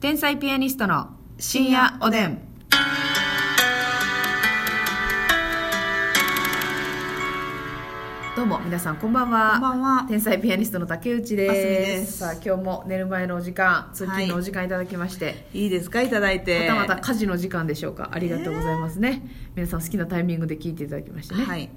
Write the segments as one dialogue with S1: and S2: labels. S1: 天才ピアニストの深夜おでん。どうも皆さんこんばんは。
S2: こんばんは
S1: 天才ピアニストの竹内です。
S2: あすみです
S1: さあ今日も寝る前のお時間、通勤のお時間いただきまして。
S2: いいですかいただいて
S1: またまた家事の時間でしょうかありがとうございますね、皆さん好きなタイミングで聞いていただきましてね、
S2: はい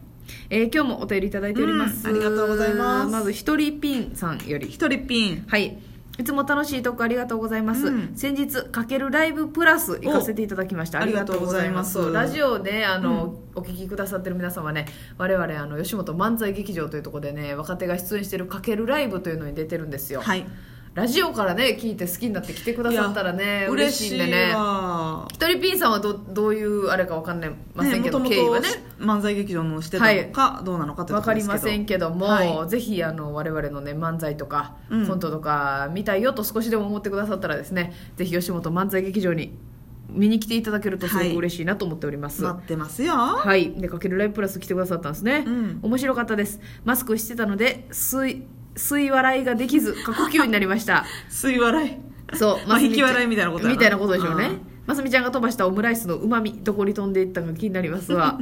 S1: えー今日もお便りいただいております、
S2: うんありがとうございます
S1: まず一人ピンさんより
S2: 一人ピン
S1: はいいつも楽しいトークありがとうございます、
S2: うん
S1: 先日かけるライブプラス行かせていただきました
S2: お
S1: ありがとうございます
S2: ありがとうござい
S1: ラ
S2: ます
S1: ジオねあの、お聞きくださってる皆様ね我々あの吉本漫才劇場というところでね若手が出演してるかけるライブというのに出てるんですよ、
S2: はい
S1: ラジオからね聞いて好きになって来てくださったらね嬉しいんでね
S2: 嬉わ
S1: 一人ピンさんはどどういうあれかわかんないませ
S2: ね
S1: んけど、
S2: もともと
S1: 経緯はね
S2: 漫才劇場のしてたのかどうなのかってこ
S1: わ
S2: と
S1: か
S2: で
S1: り
S2: す
S1: ませんけども、
S2: は
S1: ぜひあの我々のね漫才とか、
S2: うん
S1: コントとか見たいよと少しでも思ってくださったらですねぜひ吉本漫才劇場に見に来ていただけるとすご
S2: はい
S1: く嬉しいなと思っております、
S2: 待ってますよ
S1: はい、でかけるライブプラス来てくださったんですね、
S2: うん
S1: 面白かったですマスクしてたので吸い吸い笑いができず過呼吸になりました
S2: 水笑い
S1: そう、
S2: まあ
S1: ますみちゃん
S2: 引き笑いみたいなことやな
S1: みたいなことでしょうね
S2: うん。
S1: ますみちゃんが飛ばしたオムライスのうまみどこに飛んでいったか気になります わ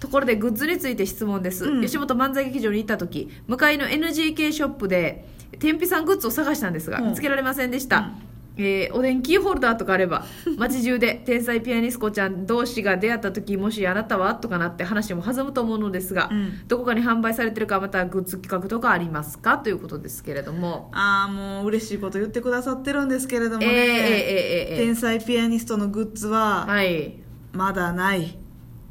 S1: ところでグッズについて質問です、
S2: うん
S1: 吉本漫才劇場に行った時向かいの NGK ショップで天日さんグッズを探したんですが、
S2: うん
S1: 見つけられませんでした、えーおでんキーホルダーとかあれば街中で天才ピアニスコちゃん同士が出会った時もしあなたはとかなって話も弾むと思うのですが、
S2: うん
S1: どこかに販売されてるかまたグッズ企画とかありますかということですけれども
S2: ああもう嬉しいこと言ってくださってるんですけれども
S1: えーえ
S2: ね
S1: ーえーえーえー
S2: 天才ピアニストのグッズは
S1: はい
S2: まだない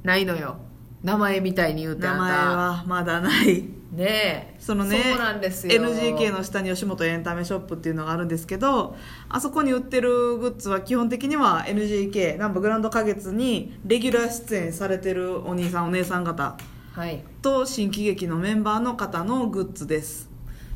S1: ないのよ名前みたいに言うてあ
S2: 名
S1: んた
S2: 前はまだない
S1: ねえ
S2: そのね
S1: そうなんですよ
S2: NGK の下に吉本エンタメショップっていうのがあるんですけどあそこに売ってるグッズは基本的には NGK 南部グランド花月にレギュラー出演されてるお兄さんお姉さん方
S1: はい
S2: と新喜劇のメンバーの方のグッズです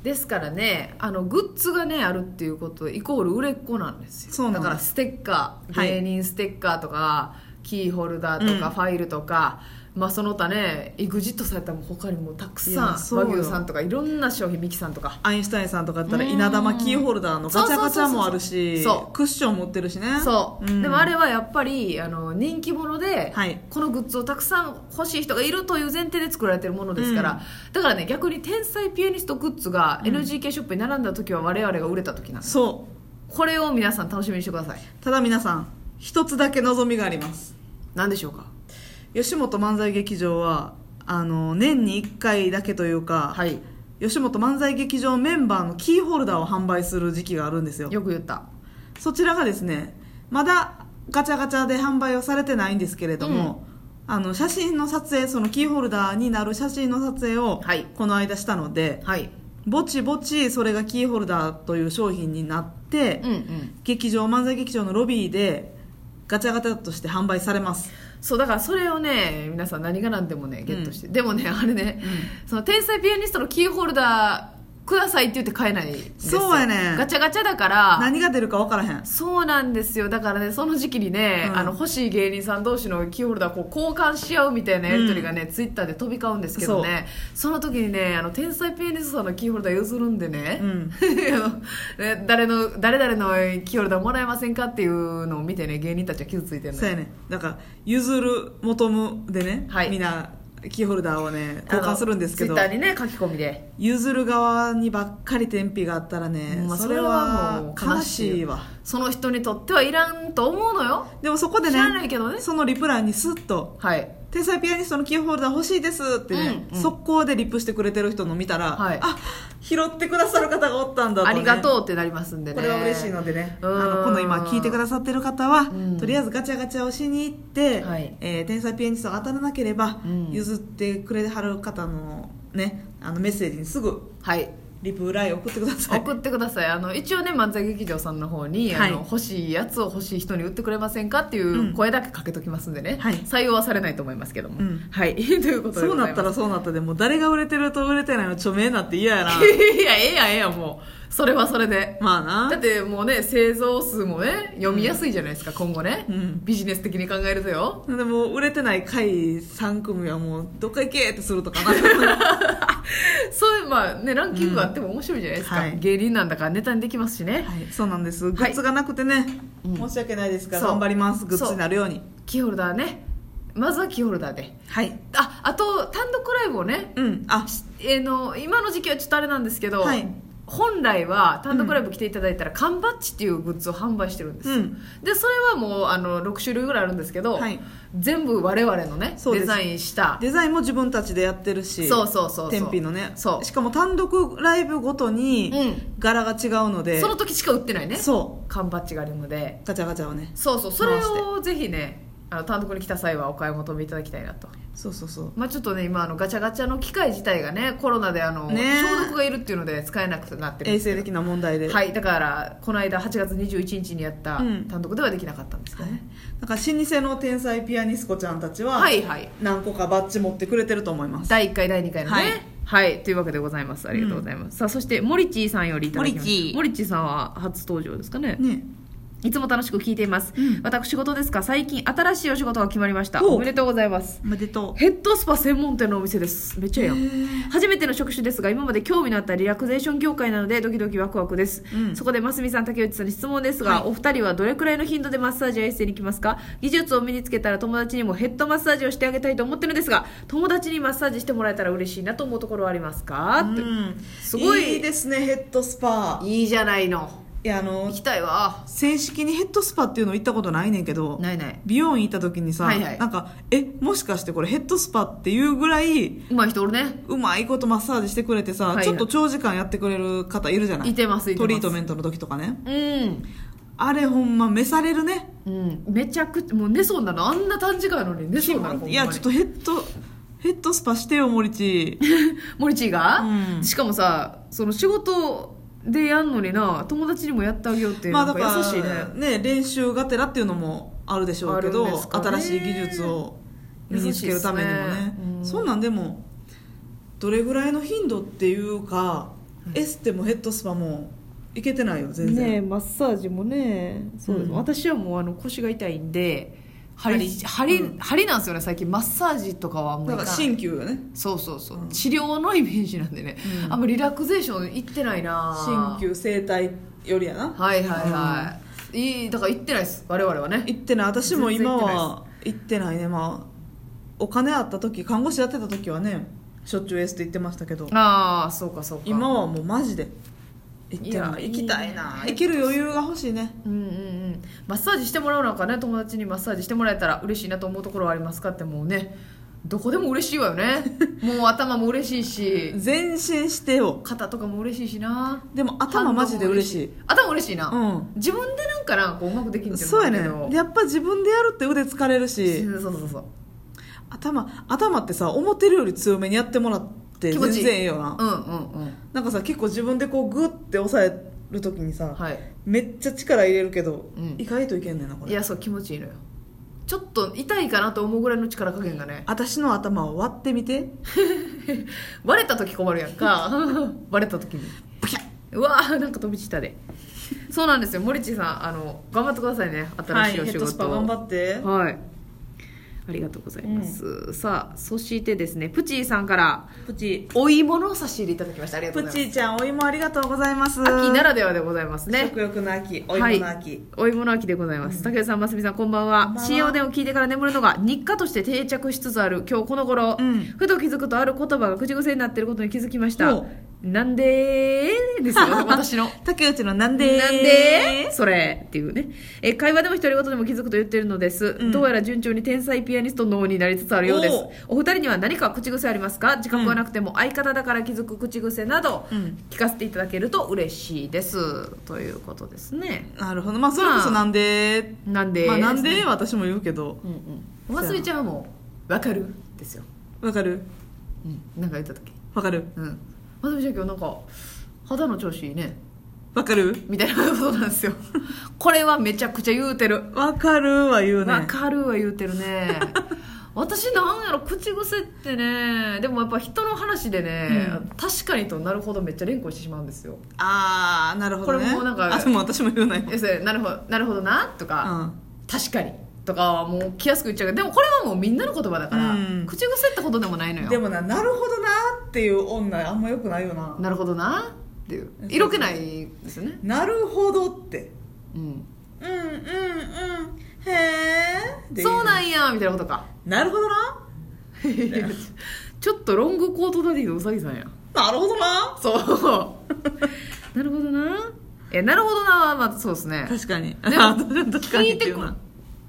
S1: ですからねあのグッズがねあるっていうことイコール売れっ子なんですよ
S2: そうなんです
S1: だからステッカー
S2: はい
S1: 芸人ステッカーとか、キーホルダーと
S2: うん
S1: かファイルとか、まあその他ね EXIT されたらもう他にもたく
S2: い
S1: さ
S2: や
S1: ん
S2: そう
S1: 和
S2: よ
S1: 牛さんとかいろんな商品ミキさんとか
S2: アインシュタインさんとかだったら
S1: うん
S2: 稲玉キーホルダーのガチャガチャもあるし
S1: そうそうそうそう
S2: クッション持ってるしね
S1: そう、
S2: ん
S1: でもあれはやっぱりあの人気者で、
S2: はい
S1: このグッズをたくさん欲しい人がいるという前提で作られてるものですから、だからね逆に天才ピアニストグッズが NGK ショップに並んだ時は我々が売れた時なんです、
S2: そ
S1: これを皆さん楽しみにしてくださいう
S2: ただ皆さん一つだけ望みがあります
S1: 何でしょうか
S2: 吉本漫才劇場はあの年に1回だけというか、
S1: はい
S2: 吉本漫才劇場メンバーのキーホルダーを販売する時期があるんですよ
S1: よく言った
S2: そちらがですねまだガチャガチャで販売はされてないんですけれども、あの写真の撮影そのキーホルダーになる写真の撮影を
S1: はい
S2: この間したので、
S1: はい
S2: ぼちぼちそれがキーホルダーという商品になって、
S1: うんうん
S2: 劇場漫才劇場のロビーでガチャガチャとして販売されます
S1: そうだからそれをね皆さん何が何でもねゲットして、でもねあれね、その天才ピアニストのキーホルダーくださいって言って買えないんですよ
S2: そうやね
S1: ガチャガチャだから
S2: 何が出るか分からへん
S1: そうなんですよだからねその時期にね、
S2: うん
S1: あの欲しい芸人さん同士のキーホルダーをこう交換し合うみたいなやり取りがね、ツイッターで飛び交うんですけどねその時にねあの天才ピアニストさんのキーホルダー譲るんでね,、
S2: うん
S1: ね誰の誰々のキーホルダーもらえませんかっていうのを見てね芸人たちは傷ついてるの
S2: そう
S1: よ
S2: やねだから譲る求むでね、
S1: はい
S2: みんなキーホルダーをね交換するんですけど
S1: ツイッターにね書き込みで
S2: 譲る側にばっかり天日があったらね、
S1: まあ
S2: それ
S1: それ
S2: は
S1: はもう
S2: 悲
S1: 悲しい
S2: しいわ
S1: その人にとってはいらんと思うのよ
S2: でもそこで
S1: 知
S2: ね
S1: らないけどね
S2: そのリプランにスッと
S1: はい
S2: 「天才ピアニストのキーホルダー欲しいです」ってね、
S1: うんうん
S2: 速攻でリプしてくれてる人の見たら、
S1: はい
S2: あ拾ってくださる方がおったんだと、ね、
S1: ありがとうってなりますんでね
S2: これは嬉しいのでね、
S1: うん
S2: あのこの今聞いてくださってる方は、
S1: うん
S2: とりあえずガチャガチャをしに行って、
S1: はい
S2: えー天才ピアニストが当たらなければ、
S1: うん
S2: 譲ってくれはる方のねあのメッセージにすぐ
S1: はい
S2: リプライ送ってくださ い
S1: 送ってくださいあの一応ね漫才劇場さんの方に、
S2: はい
S1: あの欲しいやつを欲しい人に売ってくれませんかっていう声だけかけときますんでね、
S2: はい
S1: 採用はされないと思いますけども、
S2: うん
S1: はい ということで
S2: そ
S1: ご
S2: う
S1: ざ
S2: ない
S1: ます
S2: ったらそうなったでもう誰が売れてると売れてないの著名なって嫌 やな
S1: いやええやんええやんもうそれはそれで
S2: ま
S1: だ
S2: あ
S1: っ
S2: な
S1: てもうね製造数もね読みやすいじゃないですか、今後ね、
S2: うん
S1: ビジネス的に考えるとよ
S2: でも売れてない回3組はもうどっか行けってするとかない
S1: そういうまあねランキングがあっても面白いじゃないですか、
S2: うんはい
S1: 芸人なんだからネタにできますしね、
S2: はい、そうなんですグッズがなくてね、
S1: うん
S2: 申し訳ないですが
S1: そう
S2: 頑張りますグッズになるように
S1: キーホルダーねまずはキーホルダーで
S2: はい
S1: ああと単独ライブをね、
S2: うんあ
S1: えーの今の時期はちょっとあれなんですけど、
S2: はい
S1: 本来は単独ライブ来ていただいたら、缶バッジっていうグッズを販売してるんですよ、
S2: うん
S1: でそれはもうあの6種類ぐらいあるんですけど、
S2: はい
S1: 全部我々のね
S2: そうで
S1: デ
S2: す
S1: ザインした
S2: デザインも自分たちでやってるし
S1: そうそうそうそう
S2: 天日のね
S1: そう
S2: しかも単独ライブごと
S1: う
S2: に
S1: ん
S2: 柄が違うので、
S1: その時しか売ってないね
S2: そ
S1: 缶バッジがあるので
S2: うガチャガチャをね
S1: そうそうそれをぜひねあの単独に来た際はお買い求めいただきたいなと
S2: そうそうそう
S1: まあちょっとね今あのガチャガチャの機械自体がねコロナであの、
S2: ねえ
S1: 消毒がいるっていうので使えなくなってるん
S2: 衛
S1: です
S2: 生的な問題で
S1: はいだからこの間8月21日にやった
S2: うん
S1: 単独ではできなかったんですけどね、
S2: だから老舗の天才ピアニスコちゃんたちは
S1: はいはい
S2: 何個かバッジ持ってくれてると思います
S1: 第1回第2回のね
S2: は
S1: はいい、というわけでございますありがとうございます、さあそしてモリチーさんよりいただきま
S2: モリチ
S1: し
S2: ー
S1: たモリチーさんは初登場ですかね
S2: ね
S1: いつも楽しく聞いています、
S2: うん
S1: 私事ですが最近新しいお仕事が決まりました
S2: おう
S1: おめでとうございます
S2: おめでと
S1: ヘッドスパ専門店のお店ですめっちゃええやん、
S2: へえ
S1: 初めての職種ですが今まで興味のあったリラクゼーション業界なのでドキドキワクワクです、
S2: うん
S1: そこでますみさん竹内さんに質問ですが、お二人はどれくらいの頻度でマッサージやエッセイに来ますか技術を身につけたら友達にもヘッドマッサージをしてあげたいと思ってるんですが友達にマッサージしてもらえたら嬉しいなと思うところはありますか、
S2: う、
S1: と
S2: うん、
S1: すごい
S2: いいですねヘッドスパ
S1: いいじゃないの
S2: いやあの
S1: 行きたいわ
S2: 正式にヘッドスパっていうの行ったことないねんけど
S1: ないない
S2: 美容院行った時にさ、
S1: はいはい
S2: なんかえもしかしてこれヘッドスパっていうぐらいう
S1: まい人おるね
S2: うまいことマッサージしてくれてさ、
S1: はいはい
S2: ちょっと長時間やってくれる方いるじゃない
S1: いてますいてます
S2: トリートメントの時とかね
S1: うん
S2: あれほんま召されるね
S1: うん、めちゃくちゃもう寝そうなのあんな短時間やのに寝そうなの
S2: いやちょっとヘッドヘッドスパしてよ森地
S1: 森地が、
S2: うん
S1: しかもさその仕事でやんのにな友達にもやってあげようっていう
S2: まあ
S1: な
S2: だ
S1: ん
S2: か
S1: から優しいね、
S2: ね練習がてらっていうのもあるでしょうけ
S1: あ
S2: ど、
S1: るんですかね
S2: 新しい技術を身につけるためにも
S1: 優しい
S2: ね
S1: っすねうん
S2: そんなんでもどれぐらいの頻度っていうか、エステもヘッドスパもいけてないよ全然、
S1: ねえマッサージもねそうです、
S2: うん
S1: 私はもうあの腰が痛いんで針
S2: 針
S1: 針,、
S2: うん
S1: 針なんですよね最近マッサージとかはもう
S2: だ
S1: い
S2: か
S1: からない
S2: 鍼灸よね
S1: そうそうそう、
S2: うん
S1: 治療のイメージなんでね、
S2: うん
S1: あんまリラクゼーション行ってないな
S2: 鍼灸整体よりやな
S1: はいはいはい、いいだから行ってないです我々はね
S2: 行ってない私も今
S1: 全然
S2: は行ってないねまあお金あった時看護師やってた時はねしょっちゅうエステ行ってましたけど
S1: ああそうかそうか
S2: 今はもうマジで行ってな
S1: い
S2: い
S1: や
S2: 行きたいない
S1: いね
S2: 行ける余裕が欲しいね
S1: うんうんうん、マッサージしてもらうなんかね友達にマッサージしてもらえたら嬉しいなと思うところはありますかってもうねどこでも嬉しいわよ ねもう頭も嬉しいし
S2: 前進してよ
S1: 肩とかも嬉しいしな
S2: でも頭マジで嬉しい
S1: 頭嬉しいな、
S2: う
S1: 自分でなんかなこううまくできるん
S2: ん
S1: じゃ
S2: そうや
S1: ないけ
S2: ね
S1: ど
S2: でやっぱ自分でやるって腕疲れるし
S1: そうそうそう
S2: 頭頭ってさ思ってるより強めにやってもらって
S1: 気持
S2: 全
S1: ちいい
S2: 然ええよな
S1: うんうんうん
S2: なんかさ結構自分でこうグッて押さえる時にさ
S1: はい
S2: めっちゃ力入れるけど
S1: うん
S2: 意外といけんねんなこ
S1: い
S2: れ
S1: やそう気持ちいいのよちょっと痛いかなと思うぐらいの力加減がね
S2: 私の頭を割ってみて
S1: 割れた時困るやん か割れた時にうわーなんか飛び散ったでそうなんですよ森地さんあの頑張ってくださいね新しいお
S2: ヘ
S1: 仕
S2: ッドスパ
S1: 事を
S2: 頑張って
S1: はいありがとうございます、さあそしてですねプチーさんから
S2: プチ
S1: お芋の差し入れいただきましたありがとう
S2: プ
S1: ござい
S2: チちゃんお芋ありがとうございます
S1: ます秋ならではでございますね
S2: 食欲の秋お芋の秋、
S1: はい、お芋の秋でございます、竹内さんますみさんこんばんは
S2: こんばんは
S1: CM でを聞いてから眠るのが日課として定着しつつある今日この頃、
S2: うん
S1: ふと気づくとある言葉が口癖になっていることに気づきました
S2: ほ
S1: なんでー ですよ私の
S2: 竹内のなんでー
S1: なんでそれっていうねえ会話でも独り言でも気づくと言ってるのです、
S2: うん
S1: どうやら順調に天才ピアニスト脳になりつつあるようですお二人には何か口癖ありますか自覚はなくても相方だから気づく口癖など、
S2: うん
S1: 聞かせていただけると嬉しいですということですね
S2: なるほどまあそれこそなんでー
S1: なんで、
S2: まあ、なんでーは私も言うけど
S1: うんうんおますみちゃんはもう「わかる」ですよ、
S2: わかる
S1: うん、なんか言った時
S2: わかる
S1: うんますみちゃん今日なんか肌の調子いいね
S2: わかる
S1: みたいなことなんですよ これはめちゃくちゃ言うてる
S2: わかるは言う
S1: わ
S2: ね
S1: かるは言うてるね 私なんやろ口癖ってねでもやっぱ人の話でね、
S2: うん
S1: 確かにとなるほどめっちゃ連呼してしまうんですよ
S2: ああなるほどね
S1: これもうなんか
S2: あでも私も言うない
S1: 要するになるほどなるほどなと
S2: う
S1: か、
S2: ん
S1: 確かにとかはもう気安く言っちゃうけどでもこれはもうみんなの言葉だから、
S2: うん
S1: 口癖ってことでもないのよ
S2: でもななるほどなっていう女あんまよくないよな
S1: なるほどなっていう色気ないですよね
S2: なるほどって
S1: うん
S2: うんうんうんへえ
S1: そうなんんやみたいなことか
S2: なるほどな
S1: ちょっとロングコートダディのうさぎさんや
S2: なるほどな
S1: そう なるほどなえなるほどなはまあそうですね
S2: 確かに
S1: でも聞いてく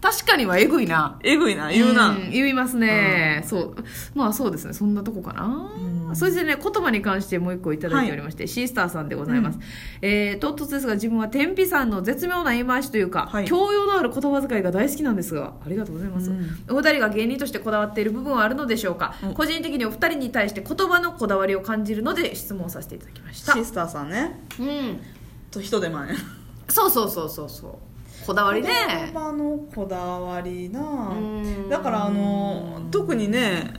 S1: 確かにはえぐいな
S2: えぐいな言うな、
S1: ん言いますね、
S2: うん
S1: そうまあそうですねそんなとこかな、
S2: うん
S1: それでね言葉に関してもう一個いただいておりまして、シースターさんでございます、えー唐突ですが自分は天日さんの絶妙な言い回しというか、
S2: はい
S1: 教養のある言葉遣いが大好きなんですがありがとうございます、
S2: うん
S1: お二人が芸人としてこだわっている部分はあるのでしょうか、
S2: うん
S1: 個人的にお二人に対して言葉のこだわりを感じるので質問させていただきました
S2: シスターさんね
S1: うん
S2: と人手間ね
S1: そうそうそうそうそうこだわりね
S2: 言葉のこだわりな
S1: うん
S2: だからあの特にね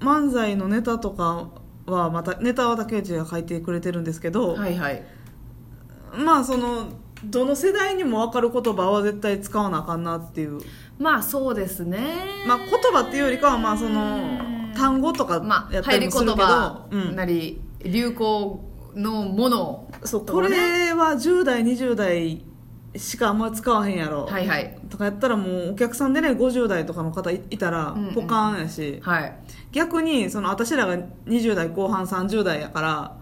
S2: 漫才のネタとかはまたネタは竹内が書いてくれてるんですけど、
S1: はいはい
S2: まあそのどの世代にも分かる言葉は絶対使わなあかんなっていう、
S1: まあそうですね
S2: まあ、言葉っていうよりかはまあその単語とか
S1: まあ、
S2: やった
S1: 入
S2: り
S1: り
S2: も
S1: 言
S2: するけど、
S1: 葉
S2: うん
S1: なり、流行のもの
S2: そう
S1: と
S2: こ
S1: かね
S2: れは10代20代しかあんま使わへんやろ、
S1: はいはい
S2: とかやったらもうお客さんでね50代とかの方いいたら
S1: うんうん
S2: ポカーンやし、
S1: はい
S2: 逆にその私らが20代後半30代やから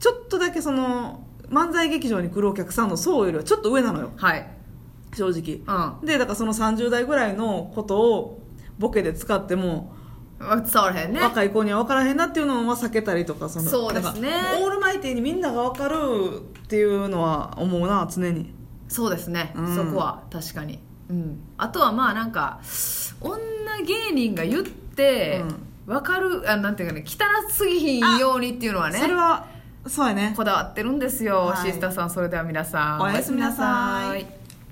S2: ちょっとだけその漫才劇場に来るお客さんの層よりはちょっと上なのよ
S1: はい
S2: 正直
S1: うんま
S2: でだからその30代ぐらいのことをボケで使っても、
S1: あ伝わらへんね
S2: 若い子には分からへんなっていうのは避けたりとかその
S1: そうですね
S2: だからオールマイティーにみんなが分かるっていうのは思うな常に
S1: そうですね、
S2: うん
S1: そこは確かに、うん、あとはまあなんか女芸人が言ってわかるあなんていうかね汚すぎひんようにっていうのはね
S2: それはそうやね
S1: こだわってるんですよ、
S2: は
S1: シ
S2: い
S1: スターさんそれでは皆さん
S2: おやすみなさい
S1: おやすみなさい